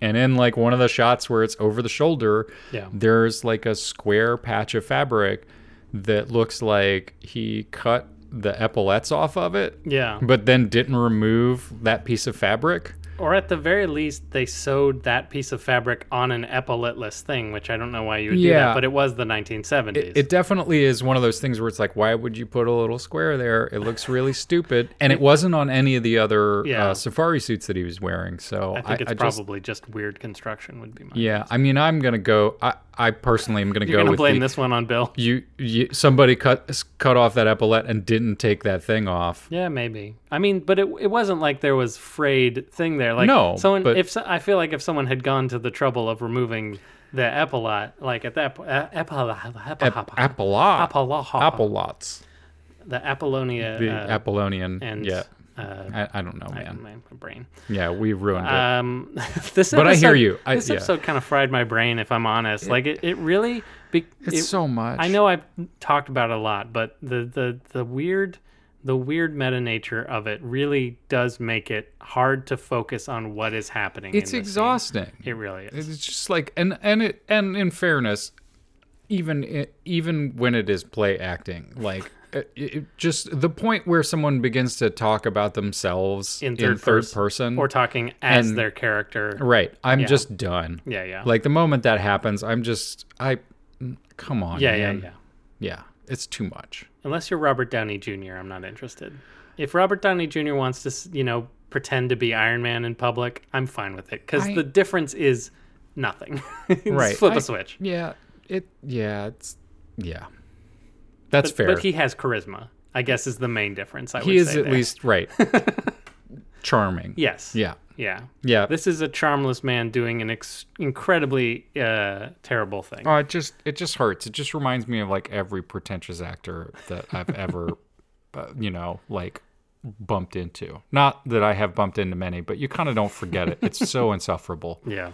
B: And in like one of the shots where it's over the shoulder,
A: Yeah.
B: there's like a square patch of fabric that looks like he cut the epaulets off of it
A: Yeah.
B: but then didn't remove that piece of fabric.
A: Or at the very least they sewed that piece of fabric on an epauletless thing, which I don't know why you would do that,
B: Yeah.
A: but it was the 1970s.
B: It definitely is one of those things where it's like, why would you put a little square there? It looks really stupid, and it wasn't on any of the other
A: Yeah.
B: uh, safari suits that he was wearing. So
A: I think it's
B: just,
A: probably just, weird construction would be my
B: yeah. I mean, I'm gonna go. I, I personally am gonna
A: You're
B: go
A: going to
B: with
A: blame
B: the-
A: this one on Bill.
B: You, you somebody cut s- cut off that epaulette and didn't take that thing off.
A: Yeah, maybe. I mean, but it it wasn't like there was frayed thing there. Like
B: No,
A: someone
B: but-
A: if so, I feel like if someone had gone to the trouble of removing the epaulette, like at that po- uh, epaulette, epaulette,
B: Apollo,
A: epaulette,
B: Apollots,
A: the Apollonia,
B: the
A: uh,
B: Apollonian.
A: and
B: yeah,
A: uh,
B: I, I don't know,
A: my,
B: man.
A: my brain.
B: Yeah, we ruined it.
A: Um, this
B: But I hear
A: episode-
B: you. I-
A: this
B: yeah.
A: episode kind of fried my brain, if I'm honest. Like it, it really. Be,
B: It's
A: it-
B: so much.
A: I know I've talked about it a lot, but the the the weird the weird meta nature of it really does make it hard to focus on what is happening.
B: It's
A: in this scene.
B: exhausting.
A: It really is.
B: It's just like and and it and in fairness, even i- even when it is play acting, like uh, it, it just the point where someone begins to talk about themselves
A: In third person.
B: person,
A: Or talking as
B: And-
A: their character.
B: right? I'm just done.
A: Yeah, yeah.
B: Like the moment that happens, I'm just I, mm, come on,
A: yeah, yeah,
B: man.
A: yeah.
B: yeah. It's too much.
A: Unless you're Robert Downey Jr., I'm not interested. If Robert Downey Jr. wants to, s- you know, pretend to be Iron Man in public, I'm fine with it because
B: I-
A: the difference is nothing. Just
B: Right.
A: Flip
B: I-
A: a switch.
B: Yeah, it. Yeah, it's yeah. That's
A: But-
B: fair.
A: But he has charisma. I guess is the main difference. I
B: He
A: would
B: is
A: say
B: at
A: there.
B: least right. Charming.
A: yes.
B: Yeah.
A: Yeah.
B: Yeah.
A: This is a charmless man doing an ex- incredibly uh, terrible thing.
B: Oh, it just it just hurts. It just reminds me of like every pretentious actor that I've ever, uh, you know, like bumped into. Not that I have bumped into many, but you kind of don't forget it. It's so insufferable.
A: Yeah.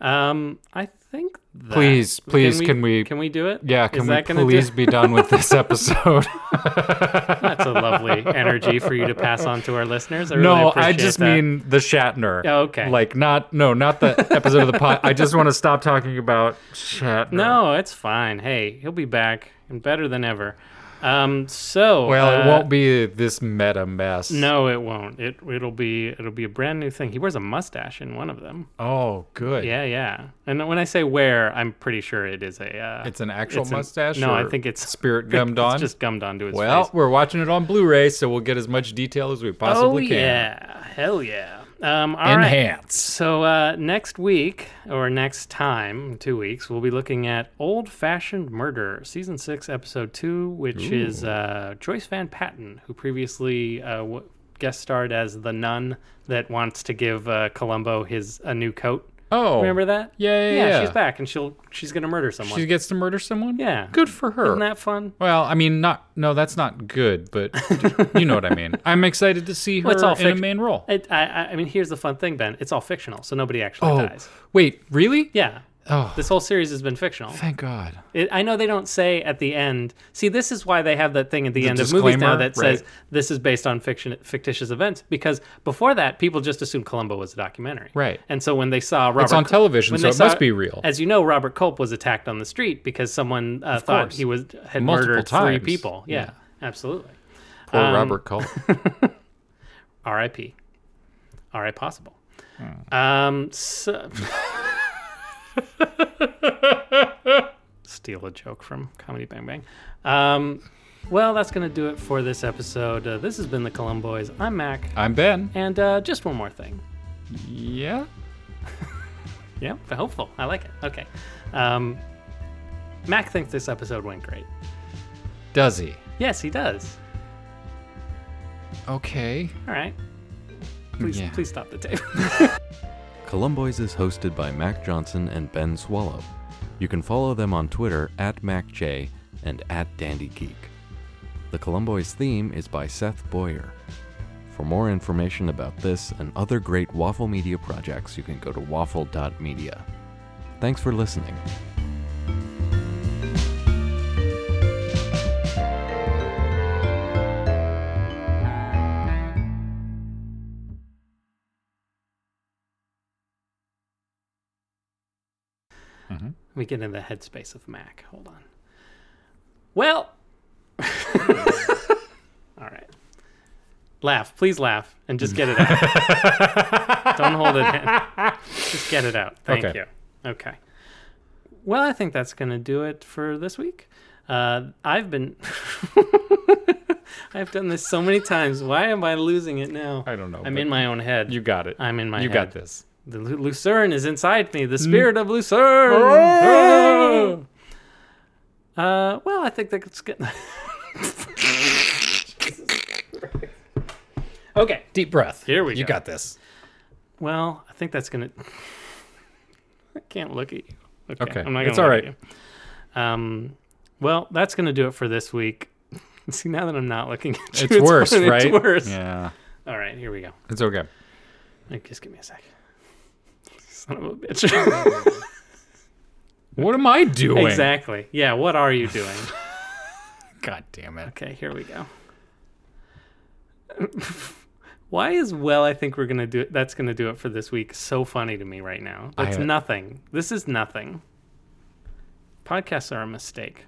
A: Um, I think. That,
B: Please, please, can we-
A: Can we do it?
B: Yeah,
A: is
B: can we
A: that gonna do-
B: please be done with this episode?
A: That's a lovely energy for you to pass on to our listeners. I really
B: no, I
A: appreciate
B: just
A: that.
B: mean the Shatner.
A: Oh, okay.
B: Like not no, not the episode of the pod. I just want to stop talking about Shatner.
A: No, it's fine. Hey, he'll be back and better than ever. Um, so
B: Well, it
A: uh,
B: won't be this meta mess.
A: No, it won't. It it'll be it'll be a brand new thing. He wears a mustache in one of them.
B: Oh, good.
A: Yeah, yeah. And when I say wear, I'm pretty sure it is a. Uh,
B: It's an actual
A: it's an-
B: mustache.
A: no, I
B: or
A: think it's
B: spirit gummed
A: it's
B: on.
A: just gummed onto his
B: Well,
A: face.
B: we're watching it on Blu-ray, so we'll get as much detail as we
A: Oh
B: possibly can.
A: yeah, hell yeah. Um, all right.
B: Enhance.
A: So uh, next week or next time, in two weeks, we'll be looking at Old Fashioned Murder, season six, episode two, which is uh, Joyce Van Patten, who previously uh, w- guest starred as the nun that wants to give uh, Columbo his a new coat.
B: Oh,
A: Remember that?
B: Yeah, yeah, yeah.
A: she's back, and she'll she's gonna murder someone.
B: She gets to murder someone.
A: Yeah.
B: good for her.
A: Isn't that fun?
B: well, I mean, not no, that's not good, but you know what I mean. I'm excited to see her
A: it's all
B: in a
A: fic-
B: main role.
A: It, I, I- I mean, here's the fun thing, Ben. It's all fictional, so nobody actually
B: oh,
A: dies.
B: wait, really?
A: Yeah.
B: Oh,
A: This whole series has been fictional.
B: thank God.
A: It, I know they don't say at the end. See, this is why they have that thing at the, end of movies
B: disclaimer,
A: now that says
B: right.
A: this is based on fiction, fictitious events. Because before that, people just assumed Columbo was a documentary.
B: Right.
A: And so when they saw Robert,
B: on
A: Culp-
B: television,
A: when
B: so
A: they
B: it must be real.
A: As you know, Robert Culp was attacked on the street because someone uh, thought
B: course.
A: he was had
B: Multiple
A: murdered three
B: times.
A: people. Yeah,
B: Yeah.
A: absolutely.
B: Poor
A: Um,
B: Robert Culp.
A: R.I.P. R.I. Possible. Um. So, steal a joke from Comedy Bang Bang. Um, well, that's going to do it for this episode. Uh, this has been the Columboys. I'm Mac.
B: I'm Ben.
A: And uh, just one more thing.
B: Yeah.
A: Yeah, hopeful. I like it. Okay. Um, Mac thinks this episode went great.
B: Does he?
A: Yes, he does.
B: Okay.
A: All right. Please,
B: Yeah.
A: please stop the tape.
C: Columboys is hosted by Mac Johnson and Ben Swallow. You can follow them on Twitter at MacJ and at DandyGeek. The Columboys theme is by Seth Boyer. For more information about this and other great Waffle Media projects, you can go to waffle.media. Thanks for listening.
B: Mm-hmm.
A: Let me get in the headspace of Mac. Hold on. Well. All right. Laugh. Please laugh and just get it out. Don't hold it in. Just get it out. Thank
B: Okay.
A: you. Okay. Well, I think that's going to do it for this week. Uh, I've been. I've done this so many times. Why am I losing it now?
B: I don't know,
A: I'm
B: but
A: in my own head.
B: You got it.
A: I'm in my
B: You
A: head.
B: got this.
A: The Lu- Lucerne is inside me.
B: Mm.
A: The spirit of Lucerne. uh, well, I think that's good. okay.
B: Deep breath.
A: Here we
B: You
A: go.
B: got this.
A: Well, I think that's gonna. I can't look at you.
B: Okay,
A: I'm not
B: it's
A: gonna
B: all
A: look at you. Um. Well, that's gonna do it for this week. See, now that I'm not looking at you,
B: It's, worse,
A: fine.
B: right?
A: It's worse.
B: Yeah.
A: All right, here we go.
B: It's okay.
A: Like, Just give me a sec. Son of a bitch.
B: What am I doing?
A: Exactly. Yeah, what are you doing?
B: God damn it.
A: okay, here we go. Why is well I think we're gonna do it that's gonna do it for this week so funny to me right now.
B: I
A: That's
B: have-
A: nothing. This is nothing. Podcasts are a mistake.